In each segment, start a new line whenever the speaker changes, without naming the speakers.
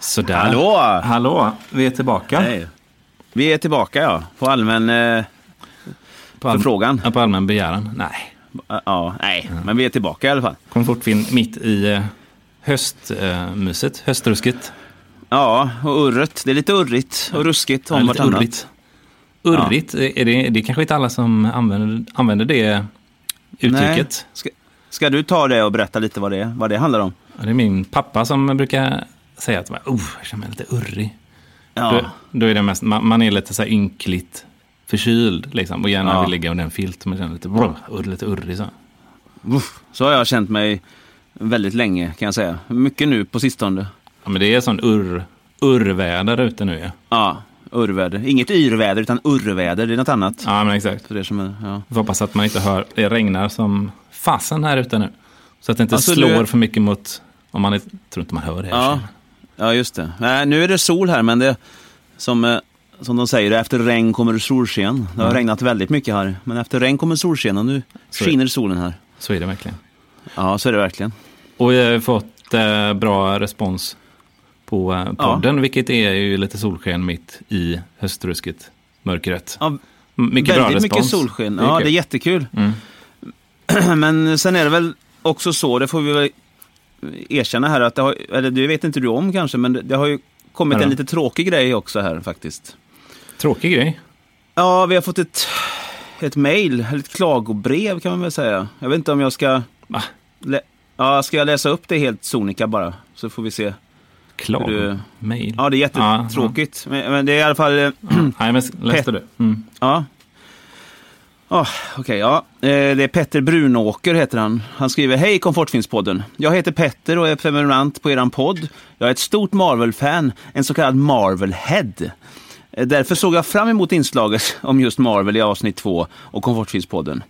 Sådär.
Hallå!
Hallå, vi är tillbaka.
Hej. Vi är tillbaka ja, på allmän eh,
på all-
förfrågan.
Ja, På allmän begäran. Nej,
Ja, nej, men vi är tillbaka i alla fall.
kom fort in mitt i eh, höstmyset, höstrusket.
Ja, och urret. Det är lite urrigt och ruskigt om
Ja, lite
vartannat.
urrigt. Urrigt, är det, det är kanske inte alla som använder, använder det uttrycket.
Nej. Ska, ska du ta det och berätta lite vad det, vad det handlar om?
Ja, Det är min pappa som brukar säga att oh, jag känner mig lite urrig.
Ja,
Då, då är det mest, man, man är lite så här ynkligt förkyld liksom, och gärna
Ja.
vill ligga under en filt. Man känner lite, brr, ur, lite urrig. Så.
uff, så har jag känt mig väldigt länge kan jag säga. Mycket nu på sistone.
Ja, men det är sån urr, urrväder ute nu ju.
Ja, urväder. Inget yrväder utan urväder, det är något annat.
Ja, men exakt.
För er som är, ja.
Vi hoppas att man inte hör, det regnar som fasen här ute nu. Så att det inte
Alltså,
slår
du-
för mycket mot, om man är, tror inte man hör det.
Ja, ja just det. Nej, nu är det sol här, men det som, eh, som de säger, efter regn kommer solsken. Det har regnat väldigt mycket här, men efter regn kommer solsken och nu
Så är det.
skiner solen här.
Så är det verkligen.
Ja, så är det verkligen.
Och vi har ju fått eh, bra respons på eh, podden, vilket är ju lite solsken mitt i höstrusket, mörkret.
Ja,
M- mycket bra
väldigt
respons.
mycket solsken.
Det är
Ja,
kul.
det är jättekul.
Mm.
men sen är det väl också så, det får vi väl erkänna här, att det har, eller det vet inte du om kanske, men det, det har ju kommit
Vadå?
en lite tråkig grej också här faktiskt.
Tråkig grej.
Ja, vi har fått ett, ett mejl, eller ett klagobrev kan man väl säga. Jag vet inte om jag ska...
Va?
Lä- ja, ska jag läsa upp det helt sonika bara? Så får vi se.
Klag.
Du-
Mejl.
Ja, det är
Ja, ja.
jättetråkigt. Men, men det är i alla fall... eh,
Nej, men läste du? Mm.
Ja. Oh, Okej, ja. Eh, Det är Petter Brunåker heter han. Han skriver Hej Komfortfinspodden. Jag heter Petter och är prenumerant på eran podd. Jag är ett stort Marvel-fan, en så kallad Marvel-head. Eh, Därför såg jag fram emot inslaget om just Marvel i avsnitt två och Komfortfinspodden.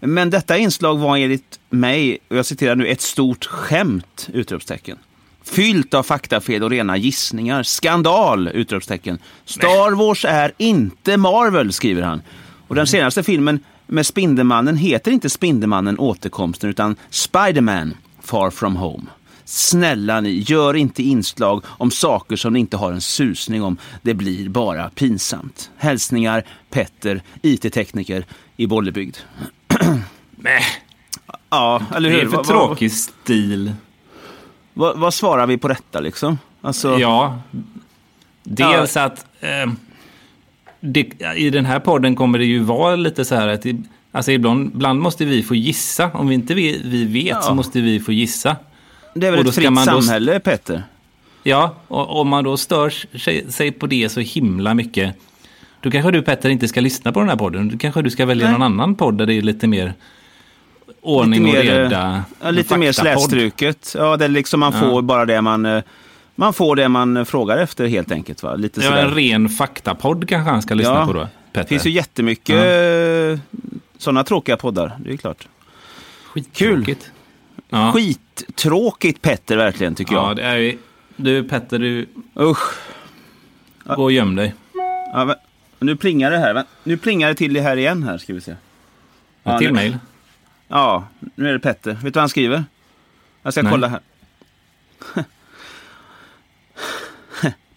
Men detta inslag var enligt mig, och jag citerar nu, ett stort skämt! Utropstecken. Fyllt av faktafel och rena gissningar. Skandal! Utropstecken. Star Wars är inte Marvel, skriver han. Och den senaste filmen med Spindelmannen heter inte Spindelmannen Återkomsten utan Spiderman Far From Home. Snälla ni, gör inte inslag om saker som ni inte har en susning om. Det blir bara pinsamt. Hälsningar Petter, IT-tekniker i Bollebygd.
Nej,
Ja, eller
det
hur?
är för
Vad-
tråkig stil.
Vad, vad, vad svarar vi på detta liksom? Alltså,
Ja. Dels att eh, det, i den här podden kommer det ju vara lite så här att i- alltså ibland, ibland måste vi få gissa. Om vi inte vi, vi vet så
Ja.
måste vi få gissa.
det är väl
och då
ett
ska
fritt
man då-
samhälle, Petter?
Ja, och om man då störs sig, sig på det så himla mycket. Då kanske du Petter inte ska lyssna på den här podden. Då kanske du ska välja
Nej.
någon annan podd där det är lite mer ordning
mer,
och
eh,
reda.
Ja, lite mer
faktapodd.
slätstruket. Ja, det är liksom man får bara det man... eh, Man får det man eh, frågar efter helt enkelt. Va? Lite
Ja,
sådär.
en ren faktapodd kanske han ska lyssna
Ja.
på då,
Det finns ju
Petter.
jättemycket
Ja.
ja. sådana tråkiga poddar, det är klart.
Skittråkigt. Ja.
Skittråkigt Petter verkligen tycker
Ja,
jag.
det är ju... Du Petter, du,
Usch.
gå och göm dig.
Ja, men, nu plingar det här. Vä- Nu plingar det till det här igen här ska vi se. Ja,
Ett till
nu-
mejl.
Ja, nu är det Petter. Vet du vad han skriver? Jag ska
Nej.
kolla här.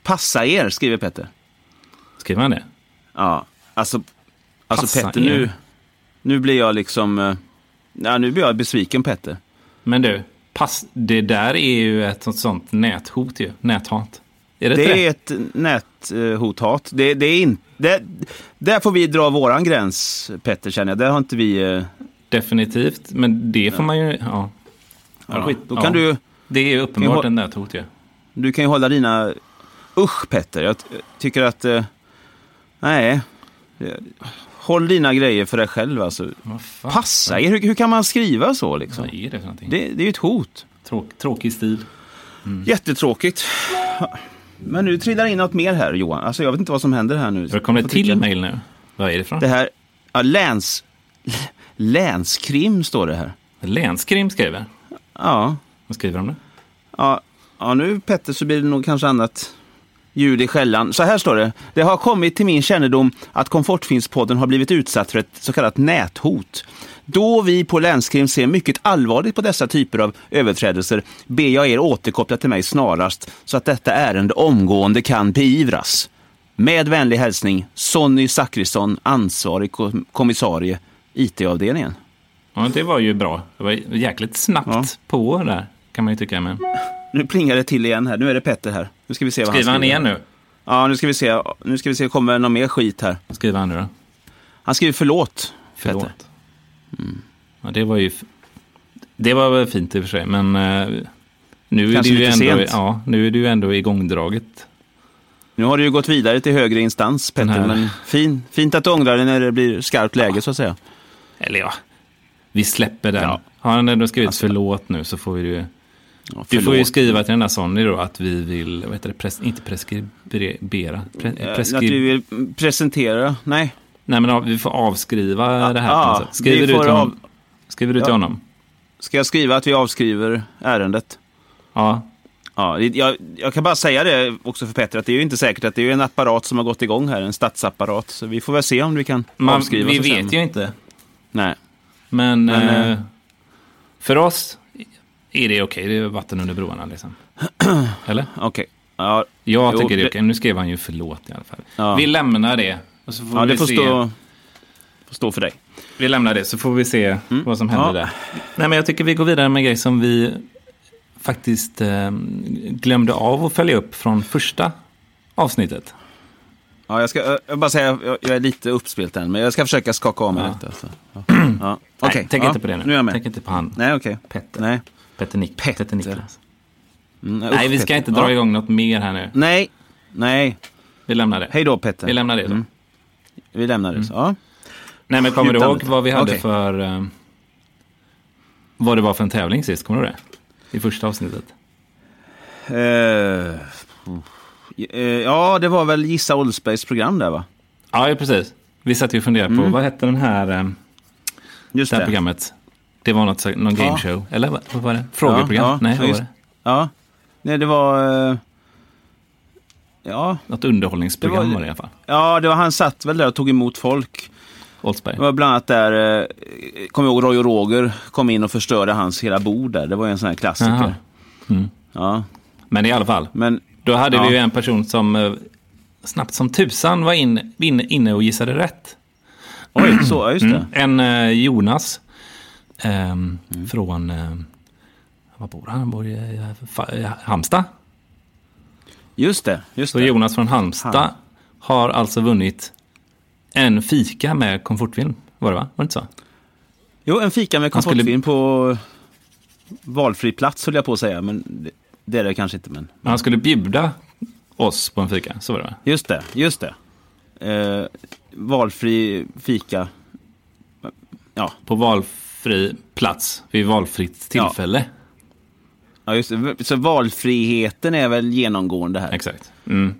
Passa er, skriver Petter.
Skriver han det?
Ja, alltså, alltså
Passa
Petter,
er.
nu, nu blir jag liksom... eh, Ja, nu blir jag besviken Petter.
Men du, pass, det där är ju ett sånt, sånt näthot ju. Näthat. Är det, inte
Det
det?
är ett näthothat. Det, det är in, det, där får vi dra våran gräns, Petter, känner jag. Där har inte vi... eh,
Definitivt, men det får man ju... Ja. Ja,
Ja,
skit.
då kan
Ja.
du,
Det är ju
Kan jag
uppenbart
ha-
en näthot ju.
du kan ju hålla dina... Usch, Petter. Jag t- tycker att... eh, Nej. Håll dina grejer för dig själv, alltså.
Vad fan
Passa er. Hur, hur kan man skriva så, liksom?
Vad är det för någonting?
Det, det är ju ett hot.
Tråk, tråkig stil. Mm.
Jättetråkigt. Men nu trillar in något mer här, Johan. Alltså, jag vet inte vad som händer här nu.
För kommer det
Får trycka.
till mejl nu? Vad är det från?
Det här... Ja, läns... Länskrim står det här.
Länskrim skriver.
Ja.
Vad skriver de nu?
Ja, ja nu Petter så blir det nog kanske annat. ljud i skällan. Så här står det. Det har kommit till min kännedom att Komfortfinspodden har blivit utsatt för ett så kallat näthot. Då vi på länskrim ser mycket allvarligt på dessa typer av överträdelser ber jag er återkoppla till mig snarast så att detta ärende omgående kan beivras. Med vänlig hälsning Sonny Zachrisson, ansvarig kom- kommissarie, IT-avdelningen.
Ja, det var ju bra. Det var jäkligt snabbt
Ja.
på där, kan man ju tycka. Men...
Nu plingar det till igen här. Nu är det Petter här. Nu ska vi se vad
Skriver han igen nu?
Ja, nu ska vi se. Nu ska vi se, kommer det någon mer skit här?
Skriver han nu då?
Han skriver förlåt.
Förlåt.
Petter.
Mm. Ja, det var ju... f- Det var väl fint i och för sig, men... eh, Nu är, det
Kanske
ju
lite
ändå,
sent.
ja, nu är det ju ändå igångdraget.
Nu har du ju gått vidare till högre instans,
Den
Petter.
här-
Men fin, fint att du ångrar dig när det blir skarpt läge, så att säga.
Eller ja, vi släpper den.
Ja.
Har han ändå skrivit
Alltså-
förlåt nu så får vi ju...
Ja,
Du får ju
förlåt.
skriva till den där Sonny då att vi vill, vad heter det, pres, inte preskribera. Pre,
Eh,
preskri,
Att vi vill presentera. Nej.
Nej men av- vi får avskriva det här.
ja, Ah,
på något sätt. skriver,
vi
du
får
till honom,
av-
skriver du till
Ja.
honom?
Ska jag skriva att vi avskriver ärendet?
Ja.
Ja, det- jag, jag kan bara säga det också för Petter, att det är ju inte säkert att det är ju en apparat som har gått igång här, en statsapparat. Så vi får väl se om vi kan
Man,
avskriva.
vi
så sen.
vet ju inte.
Nej.
Men,
Men,
eh, för oss är det okej. Det är vatten under broarna liksom. Eller?
Okej. Ja,
Jag
Jo,
tycker det är
det-
okej. Nu skrev han ju förlåt i alla fall.
Ja.
Vi lämnar det. Och så får
ja,
vi,
det får
se.
stå, får stå för dig.
vi lämnar det så får vi se vad som händer
Mm. Ja.
där. Nej, men jag tycker vi går vidare med en grej som vi faktiskt eh, glömde av att följa upp från första avsnittet.
Ja, jag ska jag, jag bara säga, jag, jag är lite uppspelt än, men jag ska försöka skaka av mig
Ja.
detta. Så. Ja. Ja. Okej,
Nej, tänk
ja,
inte på det nu.
Nu är jag med.
Tänk inte på han.
Nej, okej.
Petter.
Nej.
Petter, Nick, Petter Niklas.
Mm, usch,
Nej, vi ska
Petter.
inte dra
Ja.
igång något mer här nu.
Nej, nej.
Vi lämnar det.
Hej då Petter.
Vi lämnar Mm. det då.
Mm. Vi lämnar det. så. Ja.
Nej, men kommer du
Utan
ihåg
lite.
vad vi hade
Okej.
för... eh, vad det var för en tävling sist? Kommer du ihåg det? I första avsnittet.
Eh, eh, ja, det var väl Gissa Oldsbergs program där va?
Ja, ja, precis. Vi satt ju och funderade på, vad hette den här, eh,
Just
det här
det.
programmet? Det var något, så- någon
Ja.
gameshow, eller vad, vad var det? Frågeprogram?
Ja, ja,
Nej,
ja,
vad var
just-
det?
Ja, nej det var... eh, ja.
Något underhållningsprogram
Det
var,
var-
det i alla fall.
ja, det var han satt väl där och tog emot folk.
Oldsberg.
Det var bland annat där, eh, kommer jag ihåg, Roy och Roger kom in och förstörde hans hela bord där. Det var ju en sån här klassiker.
Jaha. Mm.
Ja,
Men i alla fall,
men
då hade
Ja.
vi ju en person som eh, snabbt som tusan var in, in, inne och gissade rätt.
oj, så, ja, just det.
Mm. En eh, Jonas ehm, från... Eh, var bor han? Han bor i eh, Fa- eh, Halmstad.
Just det, just
Så
det.
Jonas från Halmstad
Han.
har alltså vunnit en fika med komfortfilm. Var det va? Var det inte så?
Jo, en fika med
Han skulle-
komfortfilm på valfri plats höll jag på att säga, men det, det är det kanske inte. Men...
Men han skulle bjuda oss på en fika. Så var det va?
Just det, just det. Eh, valfri fika. Ja,
På valfri plats vid valfritt
Ja.
tillfälle.
ja, just det. Så valfriheten är väl genomgående här.
Exakt. Mm.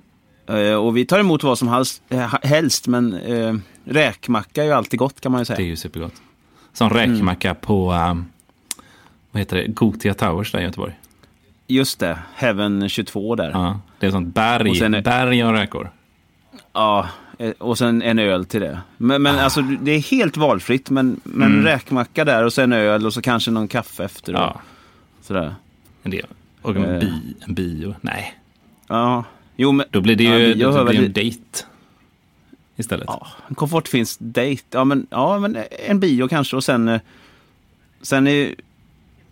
Eh, och vi tar emot vad som helst, eh, helst men eh, räkmacka är ju alltid gott kan man ju säga.
Det är ju supergott. Som räkmacka
Mm.
på... ehm, vad heter det? Gotia Towers där i Göteborg.
Just det, Heaven 22 där. Ja,
Ja, det är sånt berg,
Och sen är-
berg av räkor.
eh, och sen en öl till det. Men,
Ah.
men alltså det är helt valfritt, men, men räkmacka där och sen öl och så kanske någon kaffe efter. och
Mm. Ja,
Sådär.
en del. Och
Eh.
en, bi, en bio. Nej,
Ja, jo men...
då blir det ju
Ja, bio
då
hör
blir det
väl-
en dejt istället.
Ja, en komfort finns dejt. Ja men, ja, men en bio kanske och sen... eh, Sen är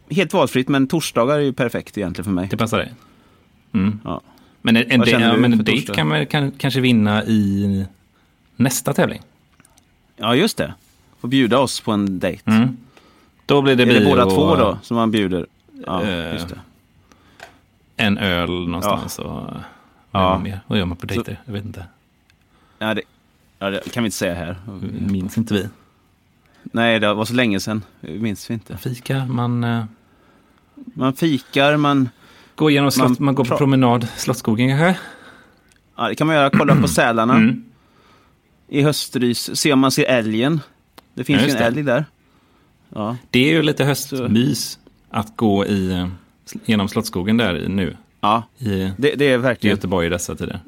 helt valfritt, men torsdagar är ju perfekt egentligen för mig.
Det passar dig. Mm.
Ja.
Men en, en,
Vad
dej-
känner
ja,
du
men en
för
dejt
torsdag?
kan man kan, kanske vinna i nästa tävling.
ja, just det. Får bjuda oss på en dejt.
Mm. Då blir det
Är
bio
det båda två
och
då som man bjuder? Ja,
Eh,
just det.
en öl någonstans. Och,
Ja.
ja. mer. Vad gör man på dejter? Jag vet inte.
Ja, det. Ja, det kan vi inte säga här.
Minns inte vi.
Nej, det var så länge sedan. Det minns vi inte.
Fika, man eh,
Man fikar, man...
går genom slott, man,
Man
går på
pra-
promenad, Slottsskogen kanske?
Ja, det kan man göra. Kolla på sälarna
Mm.
i höstrys. Se om man ser älgen. Det finns
Ja,
ju
just
en
det.
älg där. Ja,
Det är ju lite höstmys att gå i, eh, genom Slottsskogen där i nu.
ja
I
det, det är verkligen...
Göteborg i dessa tider.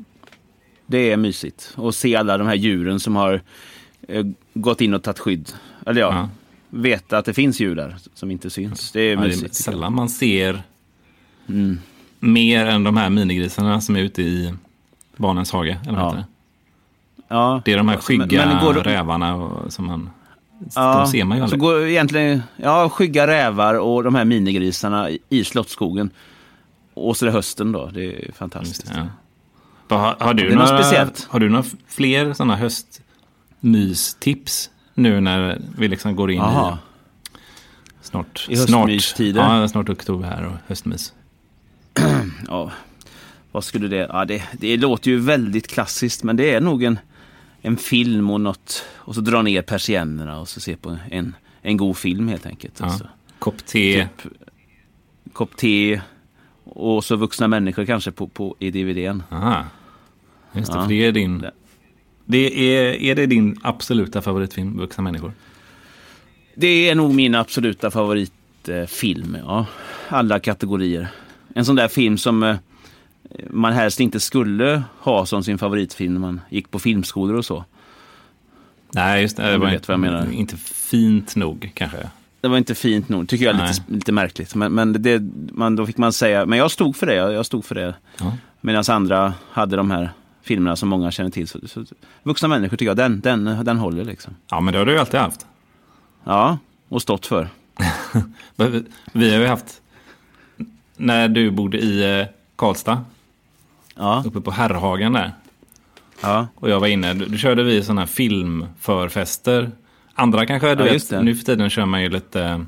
Det är mysigt. Och se alla de här djuren som har eh, gått in och tagit skydd. Eller ja,
Ja.
veta att det finns djur där som inte syns. Det är
Ja, det
mysigt. Mm.
är
tycker jag.
sällan man ser mer än de här minigrisarna som är ute i barnens hage. Eller
Ja.
vad heter det?
ja.
det är de här skygga
men går du-
rävarna och, som man...
Ja,
de ser man ju
så
aldrig.
går egentligen, ja, skygga rävar och de här minigrisarna i- i Slottsskogen. Och så är det hösten då, det är fantastiskt.
Just det, ja. Vad Har, har, du
Det är något
några,
speciellt.
har du några fler sådana höstmystips nu när vi liksom går in
Jaha,
i snart,
I
snart,
höstmystider.
ja, snart oktober här och höstmys?
ja. Vad skulle det, ja det, det låter ju väldigt klassiskt men det är nog en, en film och något. Och så dra ner persiennerna och så se på en, en god film helt enkelt.
Ja.
Alltså,
Kopp te,
Typ kopp te och så vuxna människor kanske på, på, i DVDn.
Aha. Just det,
Ja.
för det är din...
Det-
Det är, är det din absoluta favoritfilm, Vuxna människor?
Det är nog min absoluta favoritfilm. eh, Ja. Alla kategorier. En sån där film som eh, man helst inte skulle ha som sin favoritfilm när man gick på filmskolor och så.
Nej, just det. Det
du
var
vet
inte,
vad jag menar.
inte fint nog kanske.
Det var inte fint nog, tycker jag är lite, lite märkligt. Men, men det, man, då fick man säga, men jag stod för det. Jag, jag stod för det.
Ja.
Medan andra hade de här filmerna som många känner till. Så, så, vuxna människor tycker jag, den, den, den håller liksom.
ja, men det har du ju alltid haft.
Ja, och stått för.
Vi- Vi har ju haft, när du bodde i eh, Karlstad,
Ja,
uppe på Herrhagen där,
ja.
och jag var inne, då då körde vi sådana här filmförfester. Andra kanske, du
Ja, just
vet,
det.
nu för tiden kör man ju lite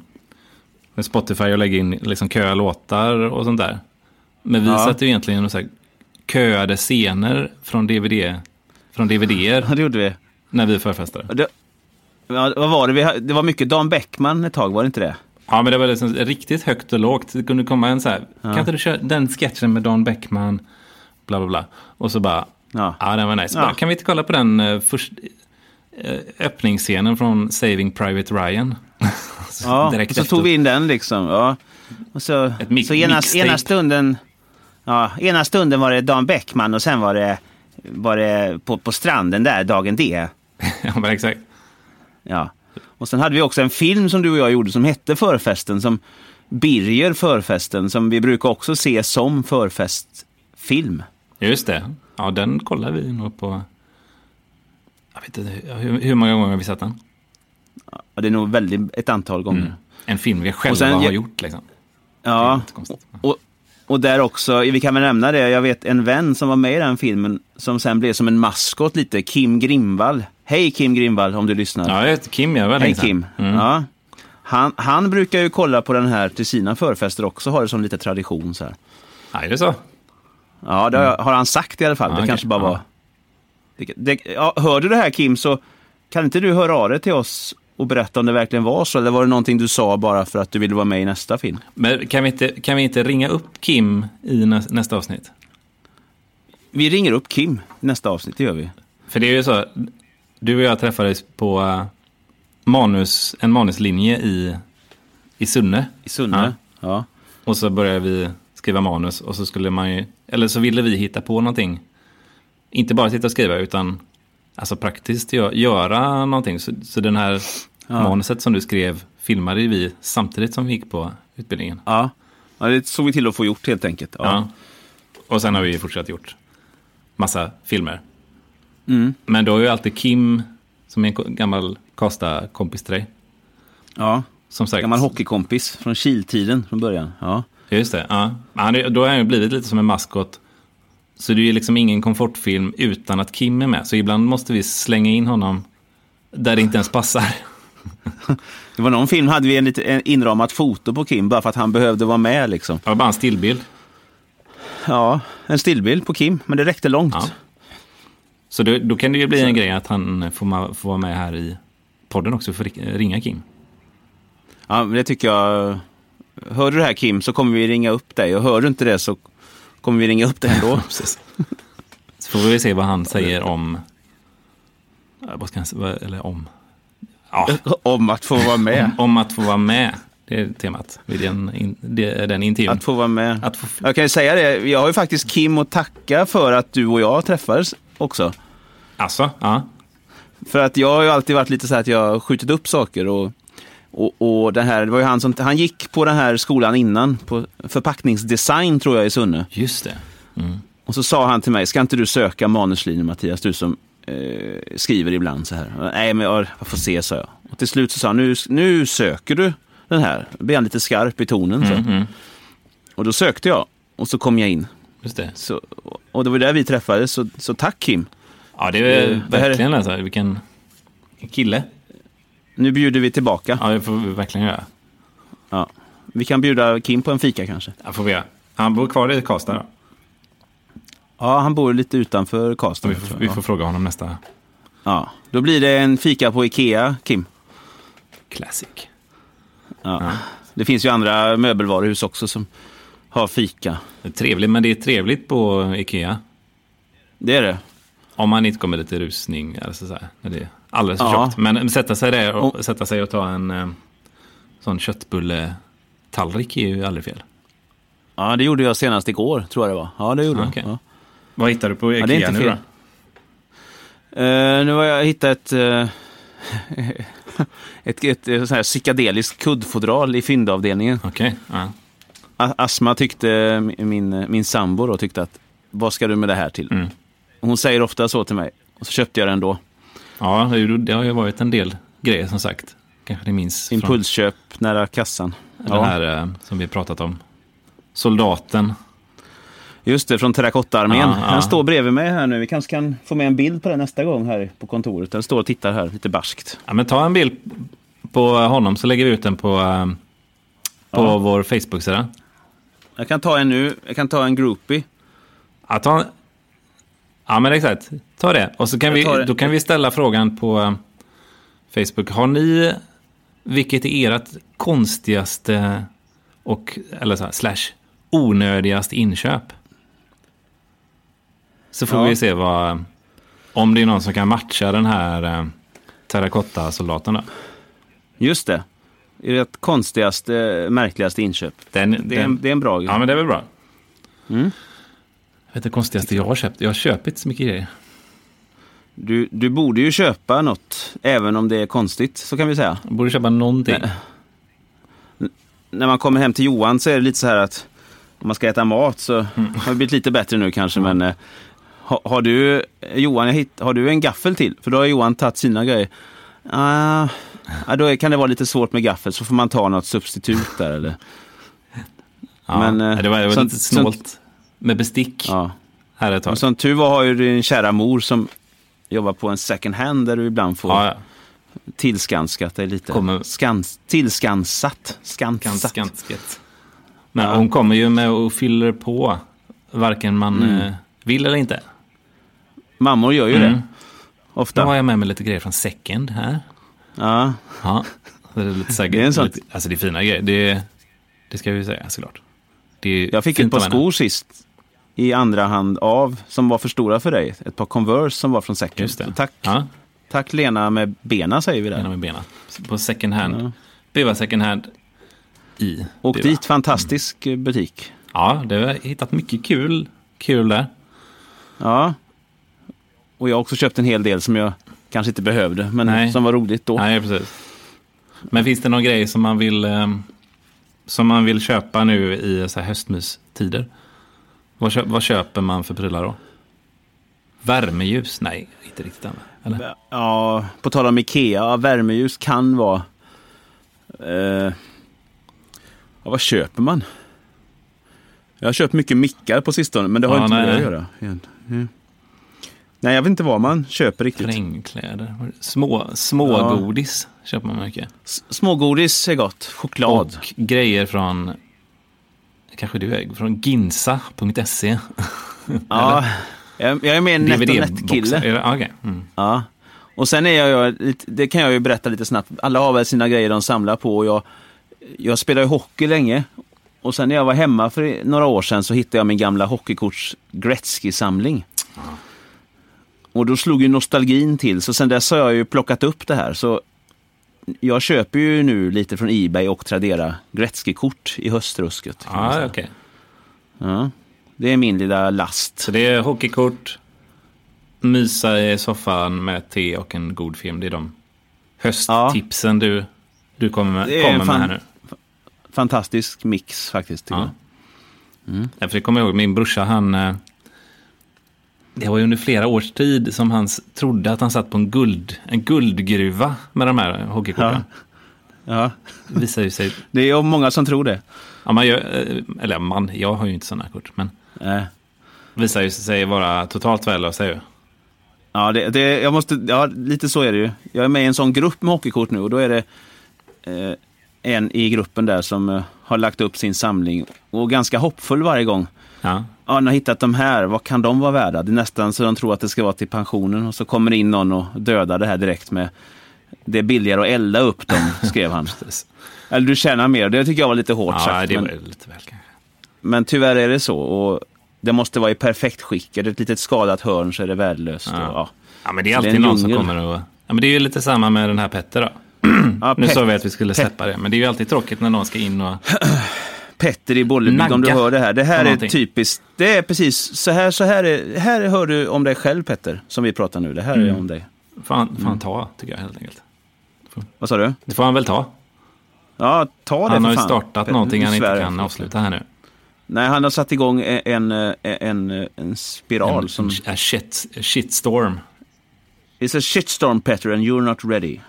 med Spotify och lägger in liksom köa låtar och sånt där. Men vi
Ja.
satt ju egentligen och så här, köade scener från DVD, från DVDer
ja det gjorde vi.
när vi förfestade.
Och Det, ja, vad var det? Vi, ha- det var mycket Dan Bäckman ett tag, var det inte det?
Ja, men det var liksom riktigt högt och lågt. Det kunde komma en så här, kan inte du köra den sketchen med Dan Bäckman, bla bla bla. Och så bara,
Ja.
ja den var nice.
Ja.
Bara, kan vi inte kolla på den eh, först, eh, öppningsscenen från Saving Private Ryan? så
Ja, och så
efter.
tog vi in den liksom. Ja. Och så,
Ett mi-
så ena,
mixtape.
ena stunden ja, ena stunden var det Dan Bäckman och sen var det, var det på, på stranden där, dagen D.
ja, men exakt.
Ja. Och sen hade vi också en film som du och jag gjorde som hette Förfesten, som Birger Förfesten, som vi brukar också se som förfestfilm.
Just det. Ja, den kollar vi nog på. Jag vet inte hur, hur- hur många gånger har vi sett den.
Ja, det är nog väldigt, ett antal gånger.
Mm. En film vi själva
sen-
har gjort liksom. Det är
Ja,
inte konstigt.
Och, och där också, vi kan väl nämna det, jag vet en vän som var med i den filmen som sen blev som en maskot lite, Kim Grimvall. Hej Kim Grimvall om du lyssnar.
Ja, jag heter Kim, jag Mm. var
Hej
länge sedan.
Kim. Ja. Han, han brukar ju kolla på den här till sina förfester också, har det som lite tradition. Så här.
Ja, är det så?
Ja, det har, har han sagt i alla fall.
Mm. Ja,
det
okej.
kanske bara
Ja.
var... Det, det, ja, hör du det här Kim så kan inte du höra av dig till oss och berätta om det verkligen var så? Eller var det någonting du sa bara för att du ville vara med i nästa film?
Men kan vi inte, kan vi inte ringa upp Kim i nä, nästa avsnitt?
Vi ringer upp Kim i nästa avsnitt, det gör vi.
För det är ju så, du och jag träffades på eh, manus, en manuslinje i, i Sunne.
I Sunne. ja.
Och så började vi skriva manus och så skulle man ju, eller så ville vi hitta på någonting. Inte bara sitta och skriva utan alltså praktiskt gö- göra någonting. Så, så den här manuset som du skrev filmade ju vi samtidigt som vi gick på utbildningen.
Ja. ja, det såg vi till att få gjort helt enkelt. Ja.
Ja. Och sen har vi ju fortsatt gjort massa filmer. Men då har ju alltid Kim, som är en ko- gammal Karlstad-kompis till dig,
Ja.
som sagt.
Gammal hockeykompis från Kiltiden från början. Ja.
Just det, ja. Han är, då har han ju blivit lite som en maskot. Så det är ju liksom ingen komfortfilm utan att Kim är med. Så ibland måste vi slänga in honom där det inte ens passar.
Det var någon film hade vi en lite en inramat foto på Kim bara för att han behövde vara med liksom.
Det var bara en stillbild.
Ja, en stillbild på Kim, men det räckte långt.
Ja. Så då, då kan det ju bli en grej att han får, ma- får vara med här i podden också för att ringa Kim.
Ja, men det tycker jag. Hör du det här Kim så kommer vi ringa upp dig och hör du inte det så kommer vi ringa upp dig ändå.
Precis. Så får vi se vad han säger om... Ja, Vad ska han säga? Eller om... Ja,
Om att få vara med.
om att få vara med. Det är temat vid den, in, det- den intervjun.
Att få vara med.
Att få-
Jag kan ju säga det, jag har ju faktiskt Kim att tacka för att du och jag träffades också.
Alltså, ja.
För att jag har ju alltid varit lite så här att jag har skjutit upp saker och, och, och det här, det var ju han som, han gick på den här skolan innan, på förpackningsdesign tror jag i Sunne.
Just det. Mm.
Och så sa han till mig, ska inte du söka manuslinjen Mattias, du som eh, skriver ibland så här. Nej, men jag, jag får se, sa jag. Och till slut så sa han, nu, nu söker du den här. Då blev han lite skarp i tonen. Så.
Mm, mm.
Och då sökte jag och så kom jag in.
Just det.
Så, och det var där vi träffades, så, så tack Kim.
Ja, det är
Eh, det här är-
verkligen alltså. Vilken vilken kille.
Nu bjuder vi tillbaka.
Ja, det får vi verkligen göra.
Ja. Vi kan bjuda Kim på en fika kanske.
Ja, får vi göra. Han bor kvar i Karlstad då.
Ja, han bor lite utanför Karlstad.
Vi
tror
får,
jag.
vi får fråga honom nästa.
Ja. Då blir det en fika på Ikea, Kim.
Classic.
Ja. Det finns ju andra möbelvaruhus också som har fika.
Det är trevligt, men det är trevligt på Ikea.
Det är det.
Om man inte kommer dit i rusning. Alltså så här, när det är alldeles för
Ja.
tjockt. Men sätta sig där och, sätta sig och ta en eh, sån köttbulletallrik är ju aldrig fel.
Ja, det gjorde jag senast igår, tror jag det var. Ja, det gjorde
Okej.
jag. Ja.
Vad hittar du på Ikea
det är inte
nu
fel.
då?
Eh, nu har jag hittat eh, ett, ett, ett sånt här psykedeliskt kuddfodral i fyndavdelningen.
Okej. Ja.
A- Asma tyckte, eh, min, min sambo då, tyckte att vad ska du med det här till?
Mm.
Hon säger ofta så till mig. Och så köpte jag den då.
ja, det är ju- det har ju varit en del grejer som sagt. Kanske ni minns från
Impulsköp nära kassan.
den
Ja.
här eh, som vi pratat om. Soldaten.
Just det, från Terrakottaarmén.
Ja, ja.
Den står bredvid mig här nu. Vi kanske kan få med en bild på den nästa gång här på kontoret. Den står och tittar här lite barskt.
Ja, men ta en bild på honom så lägger vi ut den på, eh, på
Ja.
vår Facebook-sida.
Jag kan ta en nu. Jag kan ta en groupie.
Ja, ta, ja, men exakt. Ta det. Och så kan
Jag
vi,
tar det.
då kan vi ställa frågan på eh, Facebook. Har ni, vilket är ert konstigaste och, eller så här, slash, onödigaste inköp? Så får
Ja.
vi se vad, eh, om det är någon som kan matcha den här eh, terrakotta-soldaten då.
Just det. Det är det konstigaste, märkligaste inköp.
Den,
Det är, en, det är en bra grej.
Ja, men det är väl bra.
Mm.
Jag vet det konstigaste jag har köpt. Jag har köpt så mycket grejer.
Du, du borde ju köpa något, även om det är konstigt, så kan vi säga.
Jag borde köpa någonting.
Nej. När man kommer hem till Johan så är det lite så här att om man ska äta mat så har det blivit lite bättre nu kanske,
Mm.
men eh, har, har du, Johan, jag hitt, har du en gaffel till? För då har Johan tagit sina grejer. Ah, ja, då är- kan det vara lite svårt med gaffel, så får man ta något substitut där eller?
Ja,
men, eh,
nej, det var, det var
sånt-
lite snålt med bestick
Ja.
här ett tag.
Och som tur var har ju din kära mor som jobbar på en second hand där du ibland får
ja, ja.
tillskanskat dig lite.
Kommer-
Skans, tillskansat.
Ganz,
Skansat.
gansket. Men hon kommer ju med och fyller på. Varken man eh, vill eller inte.
Mammor Mm. gör ju
Mm.
det
Då
ofta.
har jag med mig lite grejer från second här.
Ja.
Ja. Det är, lite så här,
Det är en sån-
lite, alltså det är fina grejer. Det, det ska vi säga såklart. Det är
Jag fick
fint
ett par
av henne.
skor sist i andra hand av som var för stora för dig. Ett par Converse som var från Second.
Just det.
Så Tack,
Ja.
tack Lena med bena säger vi där.
genom benen. På second hand.
Ja.
Biva second hand i
Och
Biva.
dit, fantastisk eh, butik.
Ja, det har jag hittat mycket kul, kul där.
Ja. Och jag har också köpt en hel del som jag kanske inte behövde, men
Nej.
som var roligt då.
Nej, precis. Men finns det någon grej som man vill, ehm, som man vill köpa nu i så här höstmystider? Vad, köp, vad köper man för prylar då? Värmeljus? Nej, inte riktigt än. Eller?
Ja, på tal om Ikea, ja, värmeljus kan vara... Eh, ja, vad köper man? Jag har köpt mycket mickar på sistone, men det har
Ja,
inte med
nej,
det att
nej.
göra. Igen. Mm. Nej, jag vet inte vad man köper riktigt.
Regnkläder? Små, smågodis köper man mycket.
S- Smågodis är gott. Choklad.
Och grejer från, kanske du är, från ginsa.se.
ja, jag, jag är mer en nett och
DVD-boxar.
nätt-kille.
Är det- ah, Okej. Mm.
Ja. Och sen är jag, jag, lite- det kan jag ju berätta lite snabbt, alla har väl sina grejer de samlar på och jag, jag spelade ju hockey länge. Och sen när jag var hemma för några år sedan så hittade jag min gamla hockeykorts Gretzky-samling. Och då slog ju nostalgin till, så sen dess har jag ju plockat upp det här. Så jag köper ju nu lite från Ebay och Tradera Gretzky-kort i höstrusket. kan man
Ah,
säga.
okej.
ja. Det är min lilla last.
Så det är hockeykort, mysa i soffan med te och en god film. Det är de hösttipsen du, du kommer
Det
med,
är
kommer med
fan-
här nu.
Fantastisk mix faktiskt. Tycker
Ja. Ja, för det kommer jag ihåg, min brorsa han... eh, Det var ju under flera års tid som han s- trodde att han satt på en, guld, en guldgruva med de här hockeykorten.
jag. Ja. Ja.
Det visar ju sig...
Det är ju många som tror det.
Ja, man gör, eh, eller man, jag har ju inte sådana här kort. Men
Eh.
det visar ju sig vara totalt värdelösa ju.
Ja, det, det, jag måste, ja, lite så är det ju. Jag är med i en sån grupp med hockeykort nu och då är det eh, en i gruppen där som eh, har lagt upp sin samling och ganska hoppfull varje gång.
Ja.
Ja, ni har hittat de här, vad kan de vara värda? Det är nästan så de tror att det ska vara till pensionen och så kommer in någon och dödar det här direkt med det är billigare att elda upp dem, skrev han. Eller du tjänar mer, det tycker jag var lite hårt
Ja,
sagt.
det var
men,
ju lite väl kanske.
men tyvärr är det så. Och det måste vara i perfekt skick. Är det ett litet skadat hörn så är det värdelöst.
Ja.
Och, ja.
Ja, men det är
Så det är
alltid
en
någon som
djungel.
kommer och... Ja, men det är ju lite samma med den här Petter då.
Ja,
Mm. Nu
Pet-
sa vi att vi skulle släppa det, men det är ju alltid tråkigt när någon ska in och...
Petter i Bollebygd
Nagga
om du hör det här. Det
på
här är
någonting.
typiskt. Det är precis så här, så här, är, här hör du om dig själv Petter, som vi pratar nu. Det här
Mm.
är om dig.
Fan, fan
Mm.
ta, tycker jag helt enkelt.
Vad sa du?
Det får han väl ta.
Ja, ta det
Han
för
har ju
fan.
startat
Petter,
någonting
du
han inte
svär.
kan avsluta här nu.
Nej, han har satt igång e- en, en, en, e- en spiral
En,
som...
en shit, shitstorm.
It's a shitstorm Petter and you're not ready.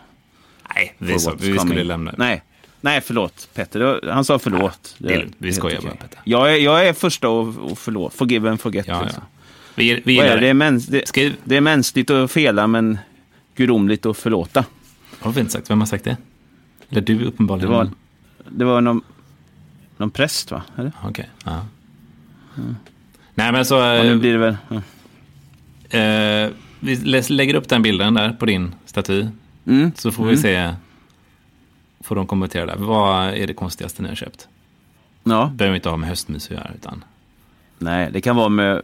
Nej,
for
vi, sa,
what's
vi skulle
coming.
lämna det.
Nej. Nej, förlåt Petter. Det var- Han sa förlåt.
det är lugnt. Vi
helt
skojar
okej.
bara, Petter.
Jag är, jag är första och, och förlåt. Forgive and forget.
Ja, ja.
liksom.
Vi, vi
Vad
gillar
är det? Det är,
det.
mäns, det,
Skriv.
det är mänskligt att fela, men gudomligt att förlåta.
Har vi inte sagt? Vem har sagt det? Eller du
Det
uppenbarligen.
var, det var någon, någon präst, va? Eller?
Okej. ja. Nej, men så...
Ja,
eh,
nu blir det väl... ja.
eh, vi lä- lägger upp den bilden där på din staty.
Mm.
Så får vi se. Får de kommentera där. Vad är det konstigaste ni har köpt?
Ja.
Behöver inte ha med höstmys att göra. Utan...
Nej, det kan vara med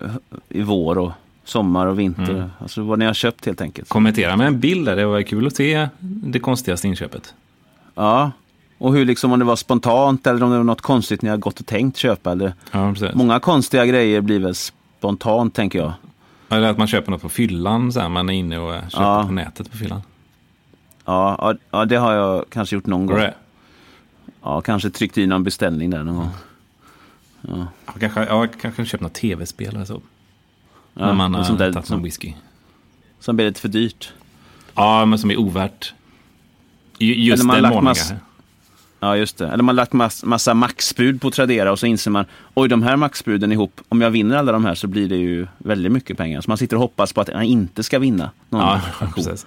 i vår och sommar och vinter.
Mm.
Alltså vad ni har köpt helt enkelt.
Kommentera med en bild där. Det var kul att se det konstigaste inköpet.
Ja. Och hur liksom om det var spontant eller om det var något konstigt ni har gått och tänkt köpa. Eller...
Ja, precis.
Många konstiga grejer blir väl spontant, tänker jag.
Eller att man köper något på fyllan. Så här, man är inne och köper
Ja.
på nätet på fyllan.
Ja, ja, ja, det har jag kanske gjort någon
Går
gång.
det?
Ja, kanske tryckt i någon beställning där någon gång.
Ja, kanske, ja, kanske köpt något tv-spel eller så.
Ja,
när man
något
har
sånt där
tagit
som-
någon whisky.
Som blir lite för dyrt.
Ja, men som är ovärt. Ju- Just
Eller man
den
har lagt
månaden
mass-
kanske.
Ja, just det. Eller man har lagt mass, massa maxbud på Tradera och så inser man, oj, de här maxbuden ihop, om jag vinner alla de här så blir det ju väldigt mycket pengar. Så man sitter och hoppas på att man inte ska vinna någon
Ja,
transaktion.
precis.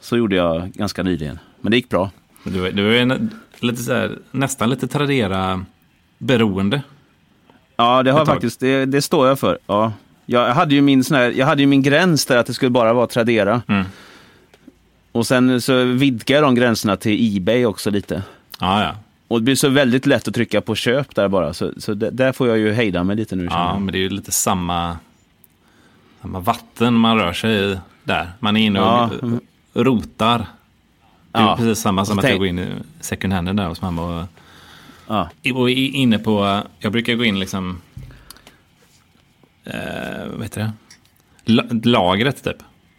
Så gjorde jag ganska nyligen. Men det gick bra.
Du, var- du var ju en- lite så här, nästan lite Tradera-beroende.
Ja, det har jag
Ett tag.
faktiskt, det, det står jag för. Ja. Jag, hade ju min sån här, jag hade ju min gräns där att det skulle bara vara Tradera.
Mm.
Och sen så vidgar de gränserna till Ebay också lite.
Ja, ja.
Och det blir så väldigt lätt att trycka på köp där bara. Så, så det, där får jag ju hejda mig lite nu. känner jag.
Ja, men det är ju lite samma, samma vatten man rör sig i där. Man är inne och
Ja.
rotar. Det är
Ja.
precis samma som
Och
att jag
tänk-
går in i second handen där hos mamma. Och,
Ja.
och är inne på, jag brukar gå in liksom, eh, vad heter det? La- Lagret typ.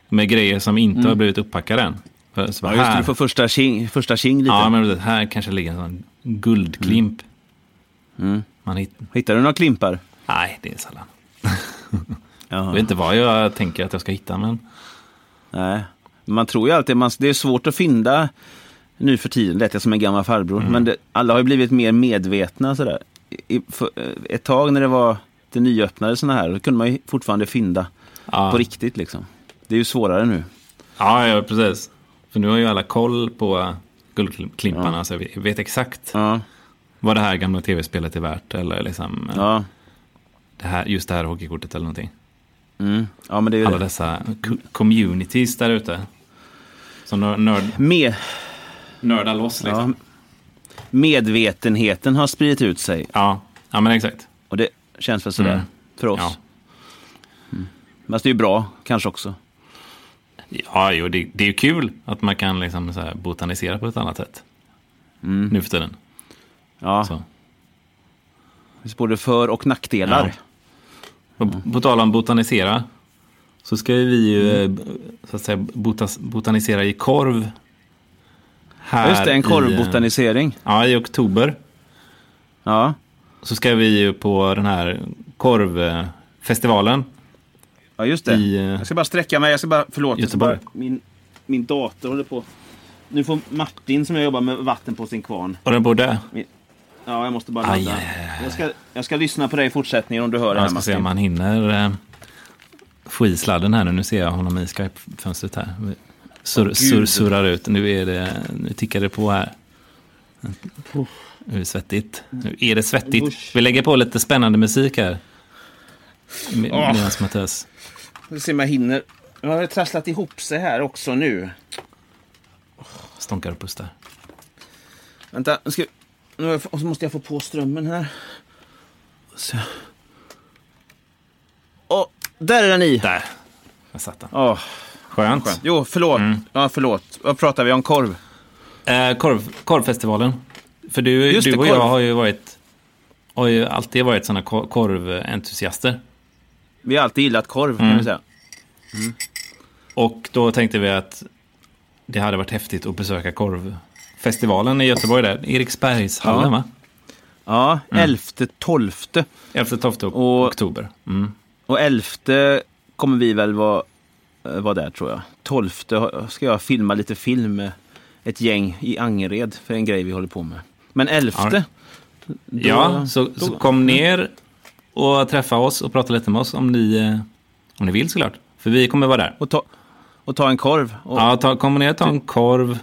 Med grejer som inte har blivit uppackade än. För- Så bara,
Mm. Ja, just det,
här,
du får första tjing, första tjing lite.
ja, men precis, här kanske ligger en sån guldklimp.
Mm.
Man hit,
Hittar du några klimpar?
nej, det är sällan. Jag
Ja.
vet inte vad jag tänker att jag ska hitta, men
Nej. Man tror ju alltid, man, det är svårt att fynda nu för tiden, lät jag som en gammal farbror.
Mm.
Men det, alla har ju blivit mer medvetna sådär. I, för, eh, ett tag när det var det nyöppnade sådana här, då kunde man ju fortfarande fynda
Ja.
på riktigt liksom. Det är ju svårare nu.
Ja, ja, precis. För nu har ju alla koll på guldklimparna, så vi vet exakt
Ja,
vad det här gamla tv-spelet är värt, eller liksom eh,
ja.
det här, just det här hockeykortet eller någonting.
Mm. ja men det är ju
Alla
det.
dessa co- communities där ute. Som nör- nörd,
Med,
nördar loss
ja,
liksom.
medvetenheten har spridit ut sig
Ja, ja men exakt.
och det känns väl sådär
Mm.
för oss.
Ja,
Men det är ju bra kanske också.
ja jo, det, det är ju kul att man kan liksom så här botanisera på ett annat sätt. Nu för tiden.
Mm. Ja,
Så.
Det finns både för och nackdelar. Mm.
Och På tal om botanisera. Så ska ju vi ju
Mm.
eh, så att säga, botas, botanisera i korv. Här
Just det, en
I, eh,
korvbotanisering.
ja, i oktober.
Ja.
Så ska vi ju på den här korvfestivalen.
ja, just det.
I, eh,
Jag ska bara sträcka mig. Jag ska bara, förlåt. Jag ska
Göteborg.
bara, min, min dator håller på. Nu får Martin som jag jobbar med vatten på sin kvarn.
Och den bor där.
Ja, jag måste bara
Aj,
ladda.
aj, aj, aj.
Jag, ska, jag ska lyssna på dig i fortsättningen om du hör det här
Jag ska se
Martin.
om han hinner eh, få i sladden här nu. Nu ser jag honom i Skype-fönstret här. Vi Sur, sur,
gud.
surrar ut. Nu, är det, nu tickar det på här. Nu är det svettigt. Nu är det
Usch.
svettigt. Vi lägger på lite spännande musik här. Med,
Åh.
medan Mattias...
Vi ser om jag hinner. Nu har det trasslat ihop sig här också nu.
Stånkar och pustar.
Vänta, nu ska vi... Nu har jag, och så måste jag få på strömmen här. Så. Åh, där är den i!
Där! Där satt han.
Åh,
Skönt. Mm.
Jo, förlåt. Ja, förlåt. Vad pratar vi om? Korv?
Eh, korv, korvfestivalen. För du,
Just
du
det,
och
korv.
jag har ju varit... Har ju alltid varit sådana kor- korventusiaster.
Vi har alltid gillat korv, kan
Mm.
vi säga.
Och då tänkte vi att det hade varit häftigt att besöka korvfestivalen i Göteborg där. Eriksbergshallen
Ja.
va?
Ja,
Mm.
11-12.
11-12
Och-
oktober. Mm.
Och 11 kommer vi väl vara eh, vara där, tror jag. 12 har- ska jag filma lite film med ett gäng i Angered för en grej vi håller på med. Men 11
Ja.
då-
ja, så, så
då-
kom ner och träffa oss och prata lite med oss om ni, eh, om ni vill såklart. För vi kommer vara där.
och, ta, och ta en korv. Och,
Ja, ta, kom ner, ta en
Typ.
korv,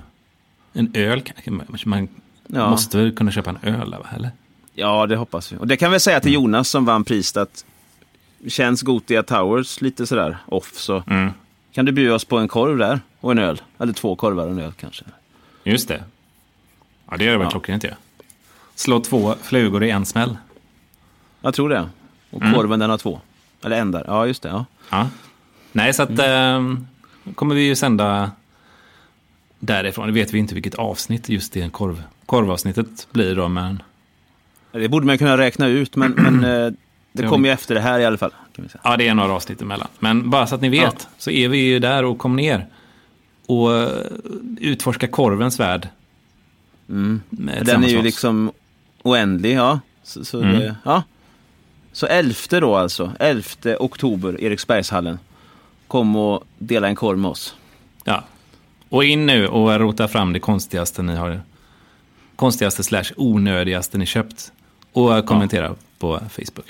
en öl. kanske. Man- Man
ja.
måste väl kunna köpa en öl där, va? eller?
Ja, det hoppas vi. Och det kan vi säga till
Mm.
Jonas som vann priset att känns Gotia Towers lite sådär off så
Mm.
kan du bjuda oss på en korv där och en öl. Eller två korvar och en öl kanske.
Just det. Ja, det är väl
Ja.
klockrent ju. Slå två flugor i en smäll.
Jag tror det. Och
Mm.
korven den har två. Eller en där. Ja, just det. Ja.
Ja. Nej, så
Mm.
att ehm, kommer vi ju sända därifrån. Det vet vi inte vilket avsnitt just det korv, korvavsnittet blir då, men
Det borde man kunna räkna ut men, men eh, det
har
kommer
vi-
ju efter det här i alla fall. Kan vi säga.
ja, det är några avsnitt emellan. Men bara så att ni vet
Ja.
så är vi ju där och kom ner och eh, utforska korvens värld. Med-
För Mm. Den
tillsammans
är ju
med oss.
liksom oändlig. Ja. Så, så,
Mm.
det, ja. så 11 då alltså. 11 oktober, Eriksbergshallen. Kom och dela en korv med oss.
Ja. Och in nu och rota fram det konstigaste ni har. Konstigaste slash onödigaste ni köpt. Och eh, kommentera på Facebook.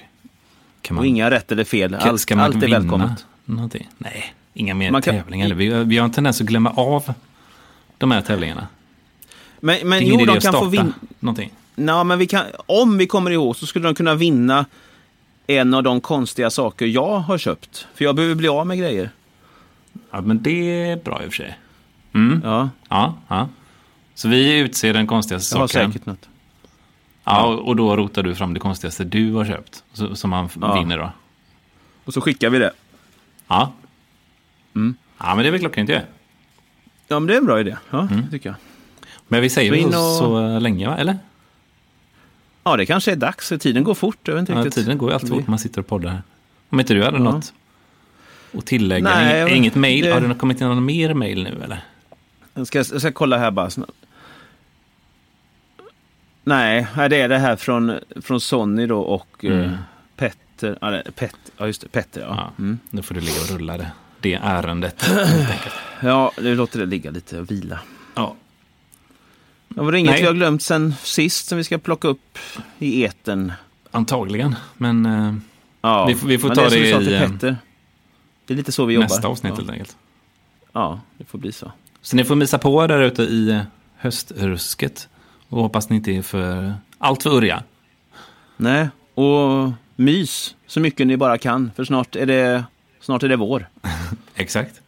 Kan
Och inga rätt eller fel.
Mm. Ska-
Allt,
ska man
allt är
vinna
välkommet.
Någonting? Nej, inga mer
Man kan-
tävlingar. Vi, vi har en tendens att glömma av de här tävlingarna.
Men,
Det
men
är ingen
jo,
idé
de
att
kan
starta
få vinna.
någonting.
Nej, men vi kan, om vi kommer ihåg så skulle de kunna vinna en av de konstiga saker jag har köpt. För jag behöver bli av med grejer.
Ja, men det är bra i och för sig.
Ja,
Ja, ja. Så vi utser den konstigaste
jag har
saken.
säkert något.
Ja, och och då rotar du fram det konstigaste du har köpt. Så, som man
Ja.
vinner då.
Och så skickar vi det.
Ja.
Mm.
Ja, men det är väl klockrent ju.
Ja, men det är en bra idé. Ja,
Mm.
det tycker jag.
Men vi säger
Så
väl
in
så,
och-
så länge, va? Eller?
Ja, det kanske är dags. Tiden går fort. Jag vet inte
Ja,
riktigt.
tiden går ju alltid
Vi-
fort när man sitter och poddar. här. Om inte du hade något att tillägga?
Nej,
inget,
jag-
inget mejl?
det-
Har det kommit in någon mer mejl nu eller?
Jag ska, jag ska kolla här bara. snabbt. Nej, här, det är det här från, från Sonny då och eh, Petter. Ja, det- Pet, ja, just det. Petter, ja.
Mm.
Mm.
Ja, Nu får du ligga och rulla det, det ärendet.
Ja, nu låter det ligga lite och vila.
ja.
Ja, var det inget
Nej.
vi har glömt sen sist som vi ska plocka upp i eten?
Antagligen, men eh,
Ja,
Vi får- vi får
men
ta
det, som
det
vi sa
i,
till
eh,
Petter. Det är lite så vi jobbar.
nästa avsnitt
ja.
helt enkelt.
ja, det får bli så.
Så ni får misa på där ute i eh, höstrusket. Och hoppas ni inte är för, allt för urriga.
Nej, och mys så mycket ni bara kan. För snart är det, snart är det vår.
Exakt.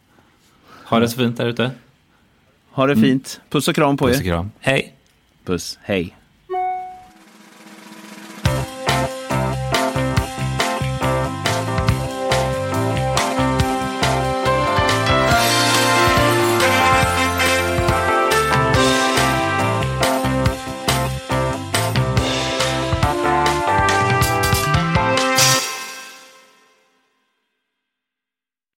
Ha det så fint där ute.
Ha det fint. Mm. Puss och kram på
Puss och
er.
kram. Hej!
Puss. Hej.